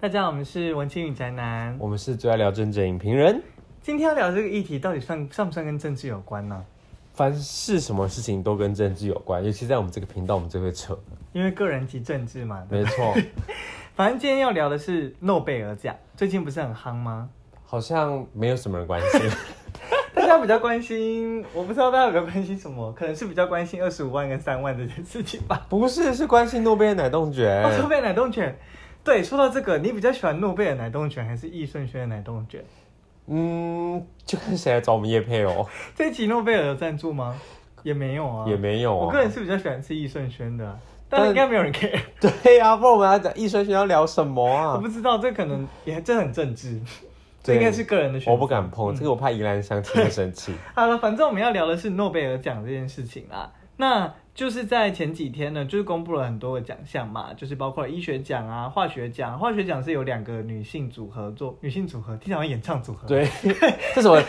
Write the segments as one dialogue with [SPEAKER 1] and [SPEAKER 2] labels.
[SPEAKER 1] 大家好，我们是文青与宅男。
[SPEAKER 2] 我们是最爱聊政治影评人，
[SPEAKER 1] 今天要聊这个议题，到底算算不算跟政治有关呢？
[SPEAKER 2] 凡是什么事情都跟政治有关，尤其在我们这个频道，我们最会扯。
[SPEAKER 1] 因为个人及政治嘛。对
[SPEAKER 2] 没 错，
[SPEAKER 1] 反正今天要聊的是诺贝尔奖，最近不是很夯吗？
[SPEAKER 2] 好像没有什么人关心。
[SPEAKER 1] 大家比较关心，我不知道大家有没有关心什么，可能是比较关心二十五万跟三万这件事情吧。
[SPEAKER 2] 不是，是关心诺贝尔奶冻卷。
[SPEAKER 1] 哦， 诺贝尔奶冻卷。对，说到这个，你比较喜欢诺贝尔奶冻卷还是易顺轩的奶冻卷？
[SPEAKER 2] 嗯，就看谁来找我们叶配哦，
[SPEAKER 1] 这一集诺贝尔有赞助吗？也没有啊，
[SPEAKER 2] 也没有、啊。
[SPEAKER 1] 我个人是比较喜欢吃易顺轩的啊，
[SPEAKER 2] 但
[SPEAKER 1] 但应该没有人 care。
[SPEAKER 2] 对呀、不然我们要讲艺术学校聊什么
[SPEAKER 1] 我
[SPEAKER 2] 啊
[SPEAKER 1] 不？知道，这可能也这很政治，这
[SPEAKER 2] 对
[SPEAKER 1] 应该是个人的选择。
[SPEAKER 2] 我不敢碰、这个，我怕宜兰相亲会生气。
[SPEAKER 1] 好了，反正我们要聊的是诺贝尔奖这件事情啦。那就是在前几天呢，就是公布了很多个奖项嘛，就是包括医学奖啊、化学奖。化学奖是有两个女性组合做女性组合，听起来好像演唱组合。，
[SPEAKER 2] 对， 这什么？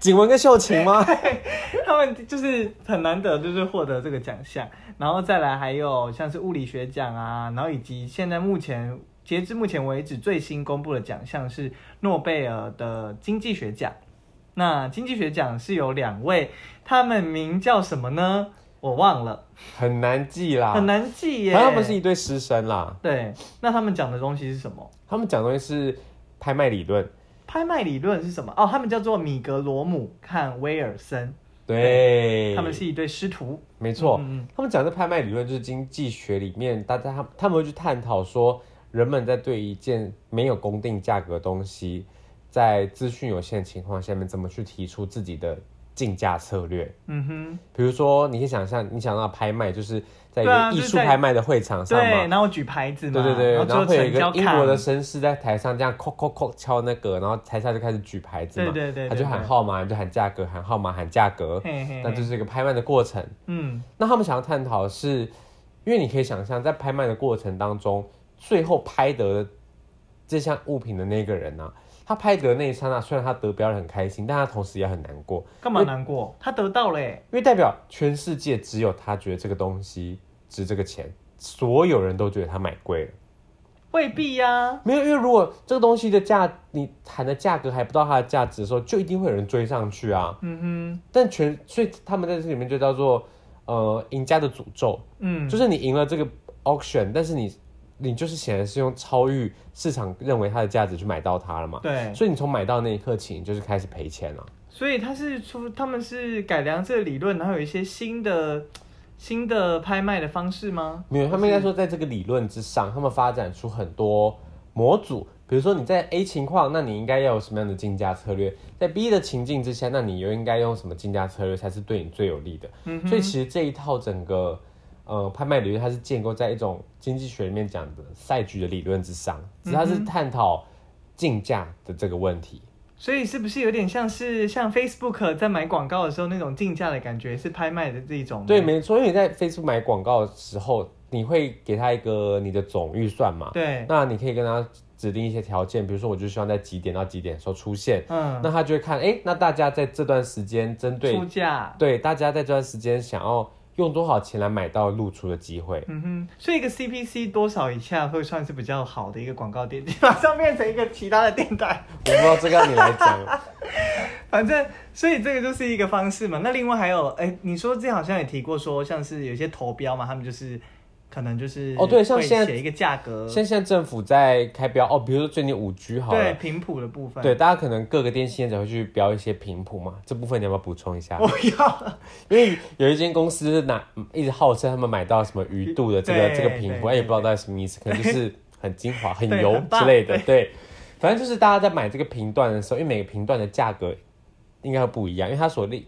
[SPEAKER 2] 景文跟秀琴吗？
[SPEAKER 1] 他们就是很难得，就是获得这个奖项。然后再来还有像是物理学奖啊，然后以及现在目前截至目前为止最新公布的奖项是诺贝尔的经济学奖。那经济学奖是有两位，他们名叫什么呢？我忘了，
[SPEAKER 2] 很难记啦，
[SPEAKER 1] 很难记耶。
[SPEAKER 2] 反正他们是一对师生啦，
[SPEAKER 1] 对，那他们讲的东西是什么？
[SPEAKER 2] 他们讲的东西是拍卖理论。
[SPEAKER 1] 拍卖理论是什么？哦，他们叫做米格罗姆和威尔森，
[SPEAKER 2] 对，哦
[SPEAKER 1] 他们是一对师徒。
[SPEAKER 2] 没错，
[SPEAKER 1] 嗯
[SPEAKER 2] 他们讲的拍卖理论就是经济学里面，大家他他们会去探讨说，人们在对一件没有公定价格的东西，在资讯有限的情况下面，怎么去提出自己的竞价策略。
[SPEAKER 1] 嗯哼，
[SPEAKER 2] 比如说，你可以想象，你想到拍卖，就是在一啊
[SPEAKER 1] 对啊
[SPEAKER 2] 个
[SPEAKER 1] 就
[SPEAKER 2] 艺
[SPEAKER 1] 是
[SPEAKER 2] 术
[SPEAKER 1] 在
[SPEAKER 2] 拍卖的会场上
[SPEAKER 1] 对
[SPEAKER 2] 嘛。，
[SPEAKER 1] 然后举牌子嘛，
[SPEAKER 2] 对对对，
[SPEAKER 1] 然
[SPEAKER 2] 然后
[SPEAKER 1] 后
[SPEAKER 2] 会
[SPEAKER 1] 最后
[SPEAKER 2] 有一
[SPEAKER 1] 成交
[SPEAKER 2] 个英国
[SPEAKER 1] 卡
[SPEAKER 2] 的绅士在台上这样敲敲敲敲那个，然后台下就开始举牌子嘛，
[SPEAKER 1] 对对对对
[SPEAKER 2] 他就喊号码，你就喊价格，喊号码，喊价格，
[SPEAKER 1] 嘿嘿嘿
[SPEAKER 2] 那就是一个拍卖的过程。
[SPEAKER 1] 嗯，
[SPEAKER 2] 那他们想要探讨的是，因为你可以想象，在拍卖的过程当中，最后拍得这项物品的那个人呢、啊，他拍得的那一刹那，虽然他得标了很开心，但他同时也很难过，
[SPEAKER 1] 干嘛难过？他得到了欸耶，
[SPEAKER 2] 因为代表全世界只有他觉得这个东西值这个钱，所有人都觉得他买贵了。
[SPEAKER 1] 未必呀、
[SPEAKER 2] 没有，因为如果这个东西的价，你谈的价格还不到它的价值的时候，就一定会有人追上去啊。
[SPEAKER 1] 嗯
[SPEAKER 2] 但全所以他们在这里面就叫做呃赢家的诅咒，
[SPEAKER 1] 哼，嗯，
[SPEAKER 2] 就是你赢了这个 auction，但是你你就是显然是用超越市场认为它的价值去买到它了嘛。
[SPEAKER 1] 对，
[SPEAKER 2] 所以你从买到那一刻起，你就是开始赔钱了。
[SPEAKER 1] 所以他是出他们是改良这个理论，然后有一些新的新的拍卖的方式吗？
[SPEAKER 2] 没有，他们应该说在这个理论之上，他们发展出很多模组。比如说你在 A 情况，那你应该要有什么样的竞价策略？在 B 的情境之下，那你又应该用什么竞价策略才是对你最有利的？
[SPEAKER 1] 嗯
[SPEAKER 2] 所以其实这一套整个呃拍卖理论，它是建构在一种经济学里面讲的赛局的理论之上，只是它是探讨竞价的这个问题。
[SPEAKER 1] 所以是不是有点像是像 Facebook 在买广告的时候那种竞价的感觉，是拍卖的这一种？
[SPEAKER 2] 对，，没错，因为你在 Facebook 买广告的时候，你会给他一个你的总预算嘛？
[SPEAKER 1] 对，
[SPEAKER 2] 那你可以跟他指定一些条件，比如说我就希望在几点到几点的时候出现，
[SPEAKER 1] 嗯，
[SPEAKER 2] 那他就会看，哎、那大家在这段时间针对
[SPEAKER 1] 出价，
[SPEAKER 2] 对大家在这段时间想要用多少钱来买到露出的机会，
[SPEAKER 1] 嗯哼，所以一个 CPC 多少以下会算是比较好的一个广告点，马上变成一个其他的电台。
[SPEAKER 2] 我不知道这个要你来讲，
[SPEAKER 1] 反正，所以这个就是一个方式嘛。那另外还有，哎、你说之前好像也提过说，像是有些投标嘛，他们就是可能就是
[SPEAKER 2] 哦对像
[SPEAKER 1] 会
[SPEAKER 2] 现在
[SPEAKER 1] 写一个价格，
[SPEAKER 2] 像现在政府在开标哦，比如说最近五 G 好
[SPEAKER 1] 对
[SPEAKER 2] 了。
[SPEAKER 1] 频谱的部分。
[SPEAKER 2] 对，，大家可能各个电信业者会去标一些频谱嘛，这部分你要不要补充一 下？
[SPEAKER 1] 我要
[SPEAKER 2] 因为有一间公司是拿一直号称他们买到什么鱼肚的这个
[SPEAKER 1] 对
[SPEAKER 2] 这个频谱，
[SPEAKER 1] 对
[SPEAKER 2] 哎也不知道到底什么意思，可能就是很精华、很
[SPEAKER 1] 对
[SPEAKER 2] 油
[SPEAKER 1] 很棒
[SPEAKER 2] 之类的。对，反正就是大家在买这个频段的时候，因为每个频段的价格应该会不一样，因为它所立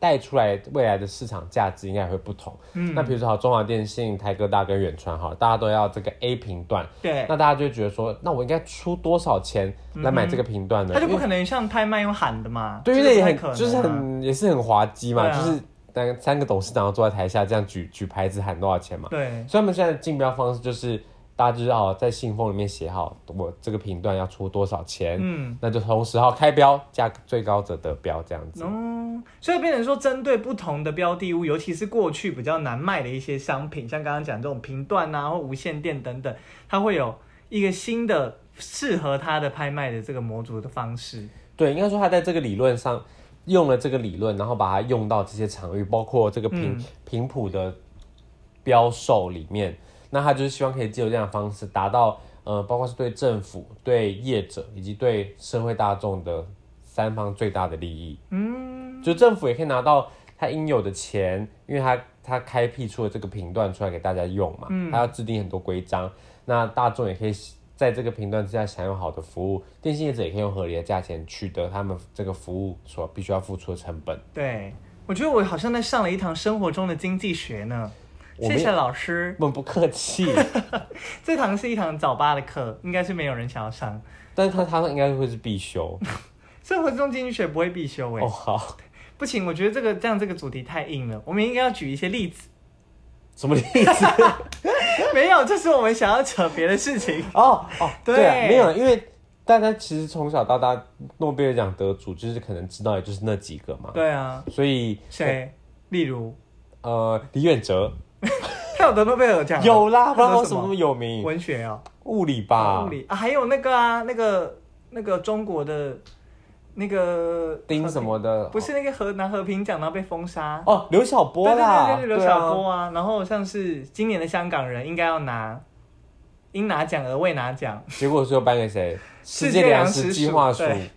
[SPEAKER 2] 带出来未来的市场价值应该也会不同。
[SPEAKER 1] 嗯
[SPEAKER 2] 那比如说好，中华电信、台哥大跟远传好了，大家都要这个 A 频段，
[SPEAKER 1] 对，
[SPEAKER 2] 那大家就会觉得说，那我应该出多少钱来买这个频段呢？
[SPEAKER 1] 嗯他就
[SPEAKER 2] 因为
[SPEAKER 1] 不可能像拍卖用喊的嘛，
[SPEAKER 2] 对，
[SPEAKER 1] 这
[SPEAKER 2] 因
[SPEAKER 1] 个
[SPEAKER 2] 为也
[SPEAKER 1] 不太
[SPEAKER 2] 很
[SPEAKER 1] 可能啊
[SPEAKER 2] 就是很也是很滑稽嘛，
[SPEAKER 1] 对啊
[SPEAKER 2] 就是那个三个董事长都坐在台下这样举举牌子喊多少钱嘛。
[SPEAKER 1] 对，
[SPEAKER 2] 所以他们现在的竞标方式就是大家知道在信封里面写好我这个频段要出多少钱，
[SPEAKER 1] 嗯。
[SPEAKER 2] 那就从十号开标，价格最高者得标这样子。
[SPEAKER 1] 哦，所以变成说，针对不同的标的物，尤其是过去比较难卖的一些商品，像刚刚讲这种频段啊，或无线电等等，它会有一个新的适合他的拍卖的这个模组的方式。
[SPEAKER 2] 对，应该说他在这个理论上用了这个理论，然后把它用到这些场域，包括这个平、频谱的标售里面。那他就是希望可以借由这样的方式，达到呃，包括是对政府、对业者以及对社会大众的三方最大的利益。嗯，就政府也可以拿到他应有的钱，因为他他开辟出了这个频段出来给大家用嘛，他要制定很多规章，那大众也可以在这个频段之下享有好的服务，电信业者也可以用合理的价钱取得他们这个服务所必须要付出的成本。
[SPEAKER 1] 对，我觉得我好像在上了一堂生活中的经济学呢。
[SPEAKER 2] 我
[SPEAKER 1] 谢
[SPEAKER 2] 们
[SPEAKER 1] 谢老师，
[SPEAKER 2] 我们不客气，
[SPEAKER 1] 这堂是一堂早八的课，应该是没有人想要上。
[SPEAKER 2] 但是他他应该会是 必修。
[SPEAKER 1] 生活中经济学不会必修哎、
[SPEAKER 2] 哦，好，
[SPEAKER 1] 不行，我觉得这个这样这个主题太硬了，我们应该要举一些例子。
[SPEAKER 2] 什么 例子？
[SPEAKER 1] 没有，这是我们想要扯别的事情。
[SPEAKER 2] 哦哦，
[SPEAKER 1] 对
[SPEAKER 2] 啊没有，因为大家其实从小到大，诺贝尔奖得主就是可能知道，也就是那几个嘛。
[SPEAKER 1] 对啊，
[SPEAKER 2] 所以
[SPEAKER 1] 谁？例如，
[SPEAKER 2] 呃，李远哲
[SPEAKER 1] 他有得诺贝尔奖吗？
[SPEAKER 2] 有啦，不然
[SPEAKER 1] 啊他
[SPEAKER 2] 为
[SPEAKER 1] 得
[SPEAKER 2] 什么那么有名？
[SPEAKER 1] 文学哦，
[SPEAKER 2] 物理吧，
[SPEAKER 1] 物理啊，还有那个啊，那个那个中国的那个
[SPEAKER 2] 丁什么的，
[SPEAKER 1] 不是那个和拿和平奖，然后被封杀。
[SPEAKER 2] 哦，刘晓波
[SPEAKER 1] 对对
[SPEAKER 2] 啦，
[SPEAKER 1] 对对，对刘晓波啊，然后像是今年的香港人应该要拿，应拿奖而未拿 奖，
[SPEAKER 2] 对啊，结果是又颁给谁？世
[SPEAKER 1] 世
[SPEAKER 2] 界
[SPEAKER 1] 界
[SPEAKER 2] 粮
[SPEAKER 1] 粮
[SPEAKER 2] 食
[SPEAKER 1] 食
[SPEAKER 2] 计
[SPEAKER 1] 署
[SPEAKER 2] 划署，
[SPEAKER 1] 对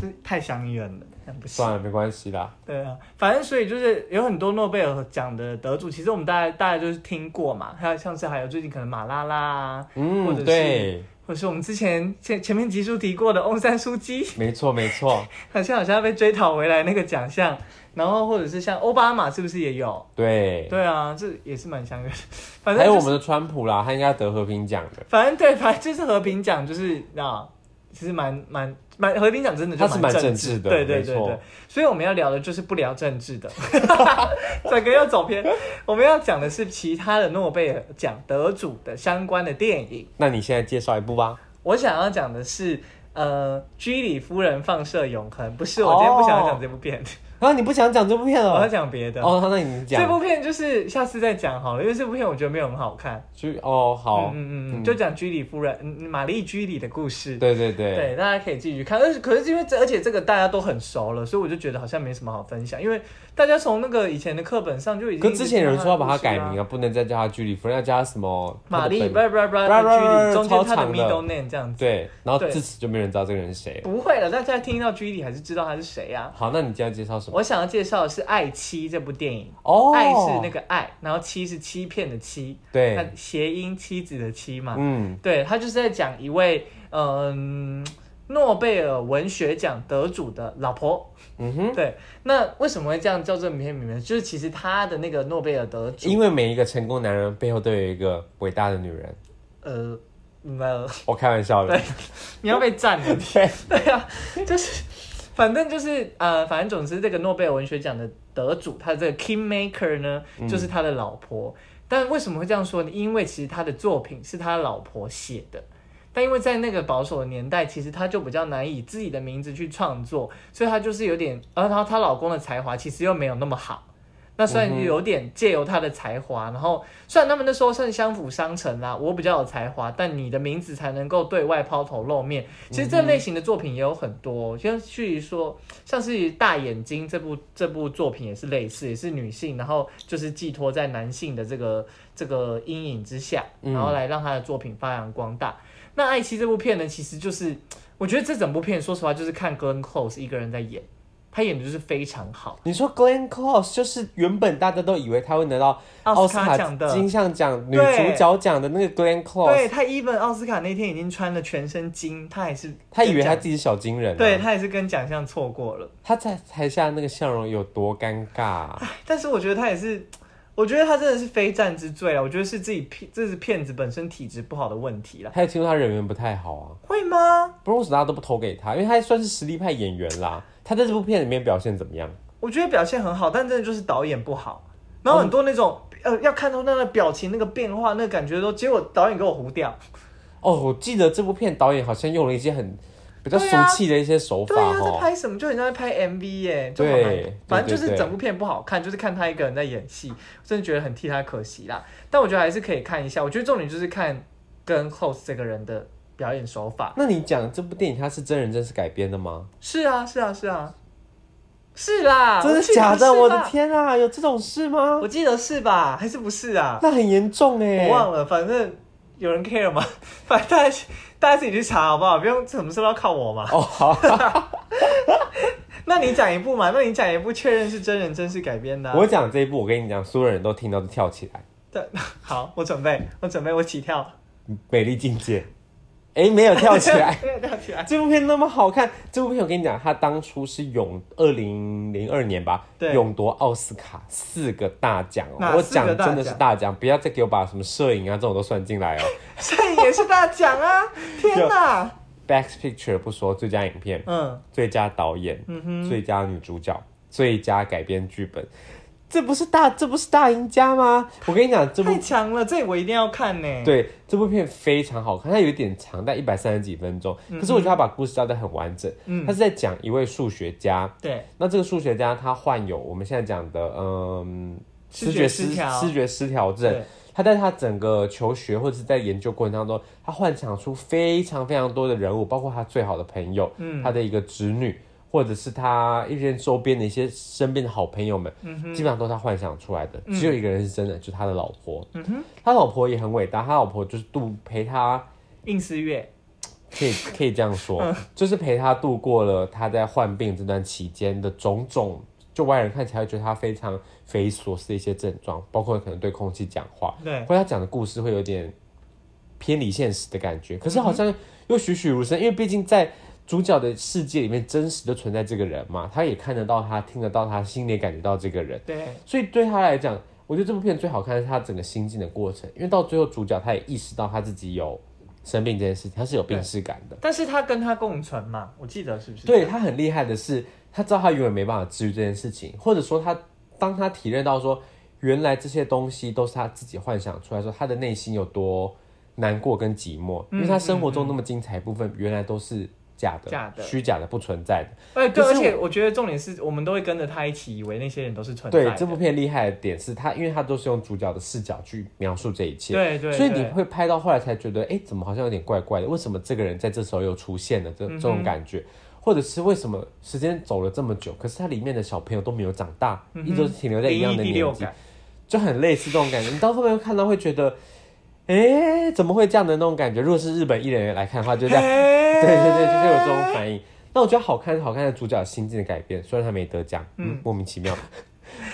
[SPEAKER 1] 这太相远了，这样不行。
[SPEAKER 2] 算了，没关系啦。
[SPEAKER 1] 对啊，反正所以就是有很多诺贝尔奖的得主，其实我们大家大家就是听过嘛，还有像是还有最近可能马拉拉啊，或者
[SPEAKER 2] 嗯，
[SPEAKER 1] 是
[SPEAKER 2] 对，
[SPEAKER 1] 或者是我们之前前前面集数提过的翁山书记，
[SPEAKER 2] 没错没错，
[SPEAKER 1] 好像好像要被追讨回来那个奖项，然后或者是像奥巴马是不是也有？
[SPEAKER 2] 对，
[SPEAKER 1] 对啊，这也是蛮相关的。 反
[SPEAKER 2] 还
[SPEAKER 1] 正、
[SPEAKER 2] 有
[SPEAKER 1] 就
[SPEAKER 2] 我
[SPEAKER 1] 是、
[SPEAKER 2] 们的川普啦，他应该得和平奖的，
[SPEAKER 1] 反正对，反正就是和平奖，就是啊，其实蛮蛮蛮和平奖真的就
[SPEAKER 2] 它是蛮
[SPEAKER 1] 政
[SPEAKER 2] 政治的
[SPEAKER 1] 对对
[SPEAKER 2] 没
[SPEAKER 1] 对
[SPEAKER 2] 错
[SPEAKER 1] 对。所以我们要聊的就是不聊政治的， 整个又走偏。我们要讲的是其他的诺贝尔奖得主的相关的电影。
[SPEAKER 2] 那你现在介绍一部吧。
[SPEAKER 1] 我想要讲的是。呃，居里夫人放射永恒不是我今天不想要讲这部片
[SPEAKER 2] 啊，你不想讲这部片
[SPEAKER 1] 我要
[SPEAKER 2] 了？
[SPEAKER 1] 讲别的。
[SPEAKER 2] 哦，那你
[SPEAKER 1] 这
[SPEAKER 2] 讲。
[SPEAKER 1] 部片就是下次再讲好了，因为这部片我觉得没有很好看。
[SPEAKER 2] 就哦，好，
[SPEAKER 1] 嗯嗯嗯，就讲居里夫人，嗯，玛丽居里的故事。
[SPEAKER 2] 对对对，
[SPEAKER 1] 对，大家可以继续看。而且可是因为这，而且这个大家都很熟了，所以我就觉得好像没什么好分享，因为大家从那个以前的课本上就已经。
[SPEAKER 2] 可之前有人说要把它改名
[SPEAKER 1] 啊。
[SPEAKER 2] 啊，不能再叫它居里夫人，要叫它什么？
[SPEAKER 1] 玛丽，
[SPEAKER 2] 她的本名
[SPEAKER 1] 叭叭叭，
[SPEAKER 2] 不不不
[SPEAKER 1] 居里，
[SPEAKER 2] 不
[SPEAKER 1] 中间他
[SPEAKER 2] 超
[SPEAKER 1] 的
[SPEAKER 2] 长的
[SPEAKER 1] middle name 这样子。
[SPEAKER 2] 对，然后
[SPEAKER 1] 对
[SPEAKER 2] 自此就没人知道这个人是谁了。
[SPEAKER 1] 不会了，大家听到居里还是知道他是谁啊？
[SPEAKER 2] 好，那你今天要介绍什么？
[SPEAKER 1] 我想要介绍的是《爱妻》这部电影。
[SPEAKER 2] 哦，
[SPEAKER 1] 爱是那个爱，然后妻是欺骗的欺，它
[SPEAKER 2] 对，
[SPEAKER 1] 谐音妻子的妻嘛。
[SPEAKER 2] 嗯，
[SPEAKER 1] 对他就是在讲一位嗯诺贝尔文学奖得主的老婆。
[SPEAKER 2] 嗯哼，
[SPEAKER 1] 对，那为什么会这样叫这名片名呢？就是其实他的那个诺贝尔得主，
[SPEAKER 2] 因为每一个成功男人背后都有一个伟大的 女人，
[SPEAKER 1] 呃呃，
[SPEAKER 2] 我开玩笑的
[SPEAKER 1] 对。 你要被占了。
[SPEAKER 2] 对，
[SPEAKER 1] 对啊，就是反正就是呃，反正总之这个诺贝尔文学奖的得主，他的这个 King Maker 呢，就是他的老婆。但为什么会这样说呢？因为其实他的作品是他老婆写的。但因为在那个保守的年代，其实他就比较难以自己的名字去创作，所以他就是有点，而她她老公的才华其实又没有那么好，那虽然有点借由他的才华，然后虽然他们那时候算相辅相成啦，我比较有才华，但你的名字才能够对外抛头露面。其实这类型的作品也有很多，像去说像是《大眼睛》这部这部作品也是类似，也是女性，然后就是寄托在男性的这个这个阴影之下，
[SPEAKER 2] 嗯
[SPEAKER 1] 然后来让他的作品发扬光大。那《爱妻》这部片呢，其实就是我觉得这整部片说实话就是看 Glenn Close 一个人在演，他演的就是非常好。
[SPEAKER 2] 你说 Glenn Close 就是原本大家都以为他会拿到
[SPEAKER 1] 奥斯卡
[SPEAKER 2] 卡
[SPEAKER 1] 奖的
[SPEAKER 2] 金像奖女
[SPEAKER 1] 对
[SPEAKER 2] 主角奖的那个 Glenn Close，
[SPEAKER 1] 对他，even 奥斯卡那天已经穿了全身金，他还是
[SPEAKER 2] 他以为
[SPEAKER 1] 跟
[SPEAKER 2] 他
[SPEAKER 1] 奖
[SPEAKER 2] 自己是小金人啊，
[SPEAKER 1] 对他也是跟奖项错过了。
[SPEAKER 2] 他在台下那个笑容有多尴尬、 啊？
[SPEAKER 1] 但是我觉得他也是，我觉得他真的是非战之罪啊！我觉得是自己骗，这是骗子本身体质不好的问题啦。
[SPEAKER 2] 还有听说他人缘不太好啊，
[SPEAKER 1] 会吗？
[SPEAKER 2] 不然为什么大家都不投给他？因为他算是实力派演员啦。他在这部片里面表现怎么样？
[SPEAKER 1] 我觉得表现很好，但真的就是导演不好。然后很多那种、呃，要看到那个表情、那个变化、那个感觉都，结果导演给我糊掉。
[SPEAKER 2] 哦，我记得这部片导演好像用了一些很比较俗
[SPEAKER 1] 对啊
[SPEAKER 2] 气的一些手法
[SPEAKER 1] 对啊，在
[SPEAKER 2] 哦。
[SPEAKER 1] 拍什么就很像在拍 MV 耶，就
[SPEAKER 2] 对
[SPEAKER 1] 好难
[SPEAKER 2] 对
[SPEAKER 1] 反正就
[SPEAKER 2] 对
[SPEAKER 1] 是
[SPEAKER 2] 对
[SPEAKER 1] 整部片不好看，就是看他一个人在演戏，真的觉得很替他可惜啦。但我觉得还是可以看一下，我觉得重点就是看跟 Close 这个人的表演手法。
[SPEAKER 2] 那你讲这部电影它是真人真事改编的吗？
[SPEAKER 1] 是啊，是啊，是啊，是啦，
[SPEAKER 2] 真
[SPEAKER 1] 啊
[SPEAKER 2] 的
[SPEAKER 1] 我记得
[SPEAKER 2] 假的？
[SPEAKER 1] 是吧
[SPEAKER 2] 我的，天啊，有这种事吗？
[SPEAKER 1] 我记得是吧？还是不是啊？
[SPEAKER 2] 那很严重哎、
[SPEAKER 1] 我忘了，反正有人 care 吗？ 反正大家大家自己去查好不好？不用什么事都要靠我嘛。
[SPEAKER 2] 哦，好，
[SPEAKER 1] 那你讲一部嘛？那你讲一部确认是真人真事改编的啊、
[SPEAKER 2] 我讲这一部，我跟你讲，所有人都听到都跳起来，
[SPEAKER 1] 对，好，我准备，我准备，我起跳，。
[SPEAKER 2] 美丽境界。哎、没有跳起 来
[SPEAKER 1] 对，跳起来。
[SPEAKER 2] 这部片那么好看，这部片我跟你讲，它当初是勇二零零二年吧，
[SPEAKER 1] 对
[SPEAKER 2] 勇夺奥斯卡四个大奖哦
[SPEAKER 1] 哪。
[SPEAKER 2] 我
[SPEAKER 1] 四个
[SPEAKER 2] 讲
[SPEAKER 1] 大
[SPEAKER 2] 真的是
[SPEAKER 1] 奖
[SPEAKER 2] 大奖，不要再给我把什么摄影啊这种都算进来哦。
[SPEAKER 1] 摄影也是大奖啊！天哪，
[SPEAKER 2] Best Picture 不说，最佳影片、
[SPEAKER 1] 嗯，
[SPEAKER 2] 最佳导演、最佳女主角、最佳改编剧本，这不是大这不是大赢家吗？我跟你讲，这部
[SPEAKER 1] 太强了，这我一定要看呢。，
[SPEAKER 2] 对，这部片非常好看，它有一点长，但一百三十几分钟。可是我觉得它把故事交代很完整。
[SPEAKER 1] 嗯
[SPEAKER 2] 它是在讲一位数学家，
[SPEAKER 1] 对，
[SPEAKER 2] 那这个数学家他患有我们现在讲的嗯
[SPEAKER 1] 视
[SPEAKER 2] 视
[SPEAKER 1] 觉
[SPEAKER 2] 觉
[SPEAKER 1] 失
[SPEAKER 2] 失
[SPEAKER 1] 调
[SPEAKER 2] 视觉失调症
[SPEAKER 1] 对。
[SPEAKER 2] 他在他整个求学或者是在研究过程当中，他幻想出非常非常多的人物，包括他最好的朋友，
[SPEAKER 1] 嗯
[SPEAKER 2] 他的一个侄女，或者是他一些周边的一些身边的好朋友们，
[SPEAKER 1] 嗯
[SPEAKER 2] 基本上都是他幻想出来的。只有一个人是真的，就是他的老婆。
[SPEAKER 1] 嗯哼，
[SPEAKER 2] 他老婆也很伟大，他老婆就是度陪他，
[SPEAKER 1] 应思月，
[SPEAKER 2] 可以 可以这样
[SPEAKER 1] 嗯
[SPEAKER 2] 说，就是陪他度过了他在患病这段期间的种种，就外人看起来会觉得他非常匪夷所思的一些症状，包括可能对空气讲话，
[SPEAKER 1] 对，
[SPEAKER 2] 或者他讲的故事会有点偏离现实的感觉，可是好像又栩栩如生，因为毕竟在主角的世界里面真实的存在这个人嘛，他也看得到他，听得到他，心里也感觉到这个人。
[SPEAKER 1] 对，
[SPEAKER 2] 所以对他来讲，我觉得这部片最好看的是他整个心境的过程，因为到最后主角他也意识到他自己有生病这件事情，他是有病逝感的。
[SPEAKER 1] 但是他跟他共存嘛，我记得是不是？
[SPEAKER 2] 对他很厉害的是，他知道他永远没办法治愈这件事情，或者说他当他体认到说原来这些东西都是他自己幻想出来的时候，说他的内心有多难过跟寂寞，
[SPEAKER 1] 嗯
[SPEAKER 2] 因为他生活中那么精彩的部分原来都是假的、
[SPEAKER 1] 假的
[SPEAKER 2] 虚假的、不存在的。
[SPEAKER 1] 哎，对，
[SPEAKER 2] 可
[SPEAKER 1] 而
[SPEAKER 2] 是
[SPEAKER 1] 且我觉得重点是我们都会跟着他一起，以为那些人都是存在
[SPEAKER 2] 对
[SPEAKER 1] 的。
[SPEAKER 2] 这部片厉害的点是他，因为他都是用主角的视角去描述这一切。
[SPEAKER 1] 对对，
[SPEAKER 2] 所以你
[SPEAKER 1] 对
[SPEAKER 2] 会拍到后来才觉得，哎、怎么好像有点怪怪的？为什么这个人在这时候又出现了这
[SPEAKER 1] 嗯哼
[SPEAKER 2] 这种感觉？或者是为什么时间走了这么久，可是他里面的小朋友都没有长大，
[SPEAKER 1] 嗯哼
[SPEAKER 2] 一直都停留在一样的
[SPEAKER 1] 灵异第六
[SPEAKER 2] 年纪，
[SPEAKER 1] 感，
[SPEAKER 2] 就很类似这种感觉。你到后面看到会觉得，哎、怎么会这样的那种感觉？如果是日本艺人来看的话，就这 样，
[SPEAKER 1] 对
[SPEAKER 2] 对对对，就是有这种反应。那我觉得好看是好看的主角心境的改变，虽然他没得奖，嗯，莫名其妙。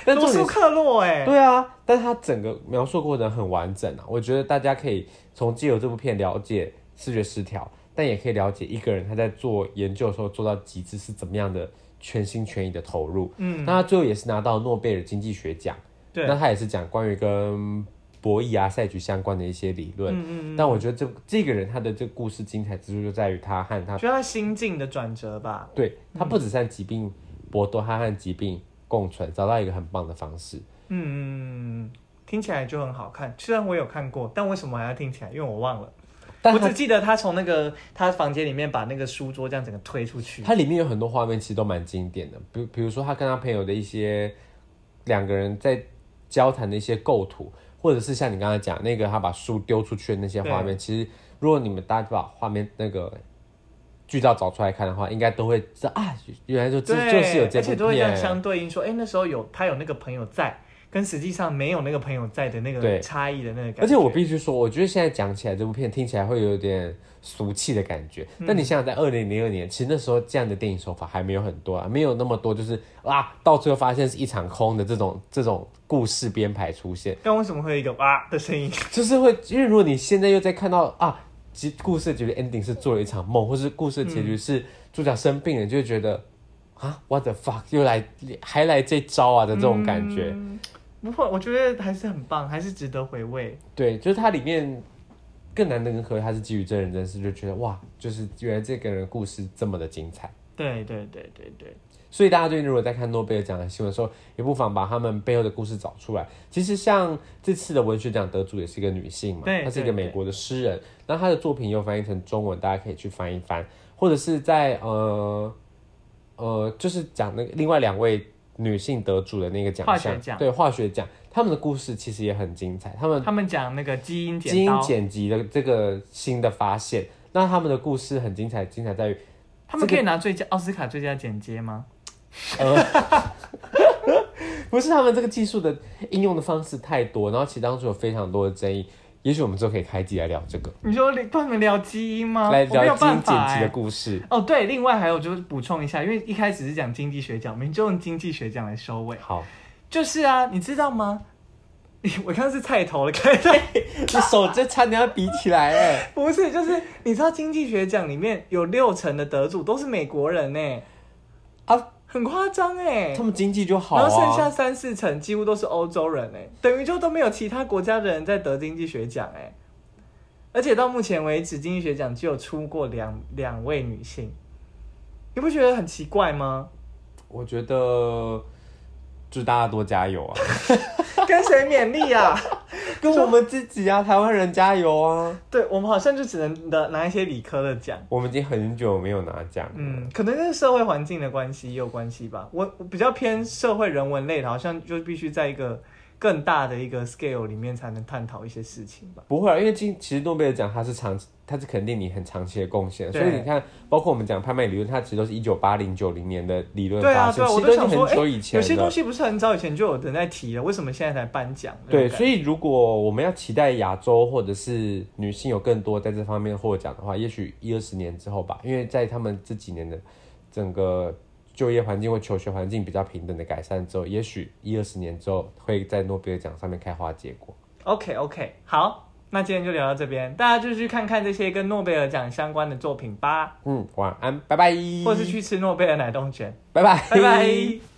[SPEAKER 2] 但重
[SPEAKER 1] 罗
[SPEAKER 2] 点
[SPEAKER 1] 素克洛，哎，
[SPEAKER 2] 对啊，但他整个描述过程很完整啊，我觉得大家可以从借由这部片了解视觉失调，但也可以了解一个人他在做研究的时候做到极致是怎么样的全心全意的投入。
[SPEAKER 1] 嗯，
[SPEAKER 2] 那他最后也是拿到诺贝尔经济学奖，
[SPEAKER 1] 对，
[SPEAKER 2] 那他也是讲关于跟博弈啊、赛局相关的一些理论。
[SPEAKER 1] 嗯嗯
[SPEAKER 2] 但我觉得这这个人他的这个故事精彩之处就在于他和他
[SPEAKER 1] 嗯，觉得他心境的转折吧，
[SPEAKER 2] 对他不只是和疾病搏斗，他和疾病共存，找到一个很棒的方式。
[SPEAKER 1] 嗯，听起来就很好看。虽然我有看过，但为什么还要听起来？因为我忘了，
[SPEAKER 2] 但
[SPEAKER 1] 我
[SPEAKER 2] 他
[SPEAKER 1] 只记得他从那个他房间里面把那个书桌这样整个推出去。
[SPEAKER 2] 它里面有很多画面其实都蛮经典的，比比如说他跟他朋友的一些两个人在交谈的一些构图，或者是像你刚才讲那个他把书丢出去的那些画面，其实如果你们大家把画面那个剧照找出来看的话，应该都会知道啊，原来就这
[SPEAKER 1] 对，
[SPEAKER 2] 就是有这
[SPEAKER 1] 而且都
[SPEAKER 2] 部
[SPEAKER 1] 会这样
[SPEAKER 2] 片。
[SPEAKER 1] 相对应说，哎、那时候有他有那个朋友在，跟实际上没有那个朋友在的那个
[SPEAKER 2] 对
[SPEAKER 1] 差异的那个感觉。
[SPEAKER 2] 而且我必须说，我觉得现在讲起来这部片听起来会有点俗气的感觉。
[SPEAKER 1] 嗯
[SPEAKER 2] 但你想想，在二零零二年，其实那时候这样的电影手法还没有很多啊，没有那么多，就是啊，到最后发现是一场空的这种这种故事编排出现，
[SPEAKER 1] 但为什么会有一个哇的声音？
[SPEAKER 2] 就是会，因为如果你现在又在看到啊，其故事的结局 ending 是做了一场梦，或是故事的结
[SPEAKER 1] 嗯
[SPEAKER 2] 局是主角生病了，你就会觉得啊，what the fuck，又来还来这招啊的这种感觉。
[SPEAKER 1] 嗯不会，我觉得还是很棒，还是值得回味。
[SPEAKER 2] 对，就是它里面更难能可贵，它是基于真人真事，就觉得哇，就是原来这个人的故事这么的精彩。
[SPEAKER 1] 对对对对对，
[SPEAKER 2] 所以大家最近如果在看诺贝尔奖的新闻的时候，也不妨把他们背后的故事找出来。其实像这次的文学奖得主也是一个女性嘛，
[SPEAKER 1] 对
[SPEAKER 2] 她是一
[SPEAKER 1] 对
[SPEAKER 2] 个美
[SPEAKER 1] 对
[SPEAKER 2] 国的诗人，那她的作品又翻译成中文，大家可以去翻一翻，或者是在呃呃，就是讲那个另外两位女性得主的那个奖
[SPEAKER 1] 化学
[SPEAKER 2] 项，
[SPEAKER 1] 奖
[SPEAKER 2] 对化学奖，他们的故事其实也很精彩，他们
[SPEAKER 1] 他们讲那个基因
[SPEAKER 2] 基
[SPEAKER 1] 剪
[SPEAKER 2] 因
[SPEAKER 1] 刀，
[SPEAKER 2] 剪辑的这个新的发现，那他们的故事很精彩，精彩在于
[SPEAKER 1] 他们可以拿最佳奥斯卡最佳剪接吗？
[SPEAKER 2] 不是他们这个技术的应用的方式太多，然后其实当中有非常多的争议。也许我们之后可以开机来聊这个，
[SPEAKER 1] 你说聊帮你们聊基因吗？
[SPEAKER 2] 来
[SPEAKER 1] 啊我没有
[SPEAKER 2] 聊基因
[SPEAKER 1] 办
[SPEAKER 2] 剪
[SPEAKER 1] 法
[SPEAKER 2] 辑
[SPEAKER 1] 哎、
[SPEAKER 2] 的故事。
[SPEAKER 1] 哦，对，另外还有就是补充一下，因为一开始是讲经济学奖，我们就用经济学奖来收尾。
[SPEAKER 2] 好，
[SPEAKER 1] 就是啊，你知道吗？ 我刚刚是菜头了，开头
[SPEAKER 2] 这手这差点要比起来哎、
[SPEAKER 1] 不是，就是你知道经济学奖里面有六成的得主都是美国人呢、欸
[SPEAKER 2] 啊，
[SPEAKER 1] 很夸张哎
[SPEAKER 2] 他。们经济就好
[SPEAKER 1] 然后剩下
[SPEAKER 2] 啊。
[SPEAKER 1] 三四成几乎都是欧洲人哎、等于就都没有其他国家的人在得经济学奖哎、而且到目前为止，经济学奖只有出过两两位女性，你不觉得很奇怪 吗？
[SPEAKER 2] 我觉得，祝大家多加油 啊！
[SPEAKER 1] 跟谁勉励啊？
[SPEAKER 2] 跟我们自己啊，台湾人加油啊！
[SPEAKER 1] 对我们好像就只能拿拿一些理科的奖。
[SPEAKER 2] 我们已经很久没有拿奖了。
[SPEAKER 1] 嗯，可能跟社会环境的关系也有关系吧。我我比较偏社会人文类的，好像就必须在一个更大的一个 scale 里面才能探讨一些事情吧。
[SPEAKER 2] 不会啊，因为今其实诺贝尔奖它是长，它是肯定你很长期的贡献，所
[SPEAKER 1] 对
[SPEAKER 2] 以你看，包括我们讲拍卖理论，它其实都是一九八零九零年的理论
[SPEAKER 1] 对啊，
[SPEAKER 2] 发
[SPEAKER 1] 对
[SPEAKER 2] 生，
[SPEAKER 1] 啊，
[SPEAKER 2] 其
[SPEAKER 1] 我都
[SPEAKER 2] 实都是
[SPEAKER 1] 想说，
[SPEAKER 2] 很
[SPEAKER 1] 哎、
[SPEAKER 2] 久以前
[SPEAKER 1] 有些东
[SPEAKER 2] 的。
[SPEAKER 1] 西不是很早以前就有人在提了，为什么现在才颁奖？
[SPEAKER 2] 对，
[SPEAKER 1] 以
[SPEAKER 2] 所以如果我们要期待亚洲或者是女性有更多在这方面获奖的话，也许一二十年之后吧，因为在他们这几年的整个就业环境或求学环境比较平等的改善之后，也许一二十年之后会在诺贝尔奖上面开花结果。
[SPEAKER 1] OK OK，好，那今天就聊到这边，大家就去看看这些跟诺贝尔奖相关的作品吧，
[SPEAKER 2] 嗯，晚安，拜拜，
[SPEAKER 1] 或是去吃诺贝尔奶冻卷。
[SPEAKER 2] 拜拜，
[SPEAKER 1] 拜拜。